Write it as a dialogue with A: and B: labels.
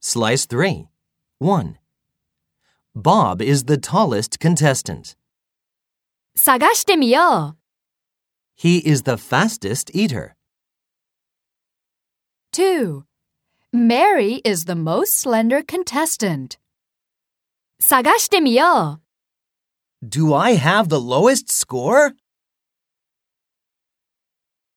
A: Slice 3. 1. Bob is the tallest contestant.
B: 探してみよう
A: He is the fastest eater.
B: 2. Mary is the most slender contestant. 探してみよう
A: Do I have the lowest score?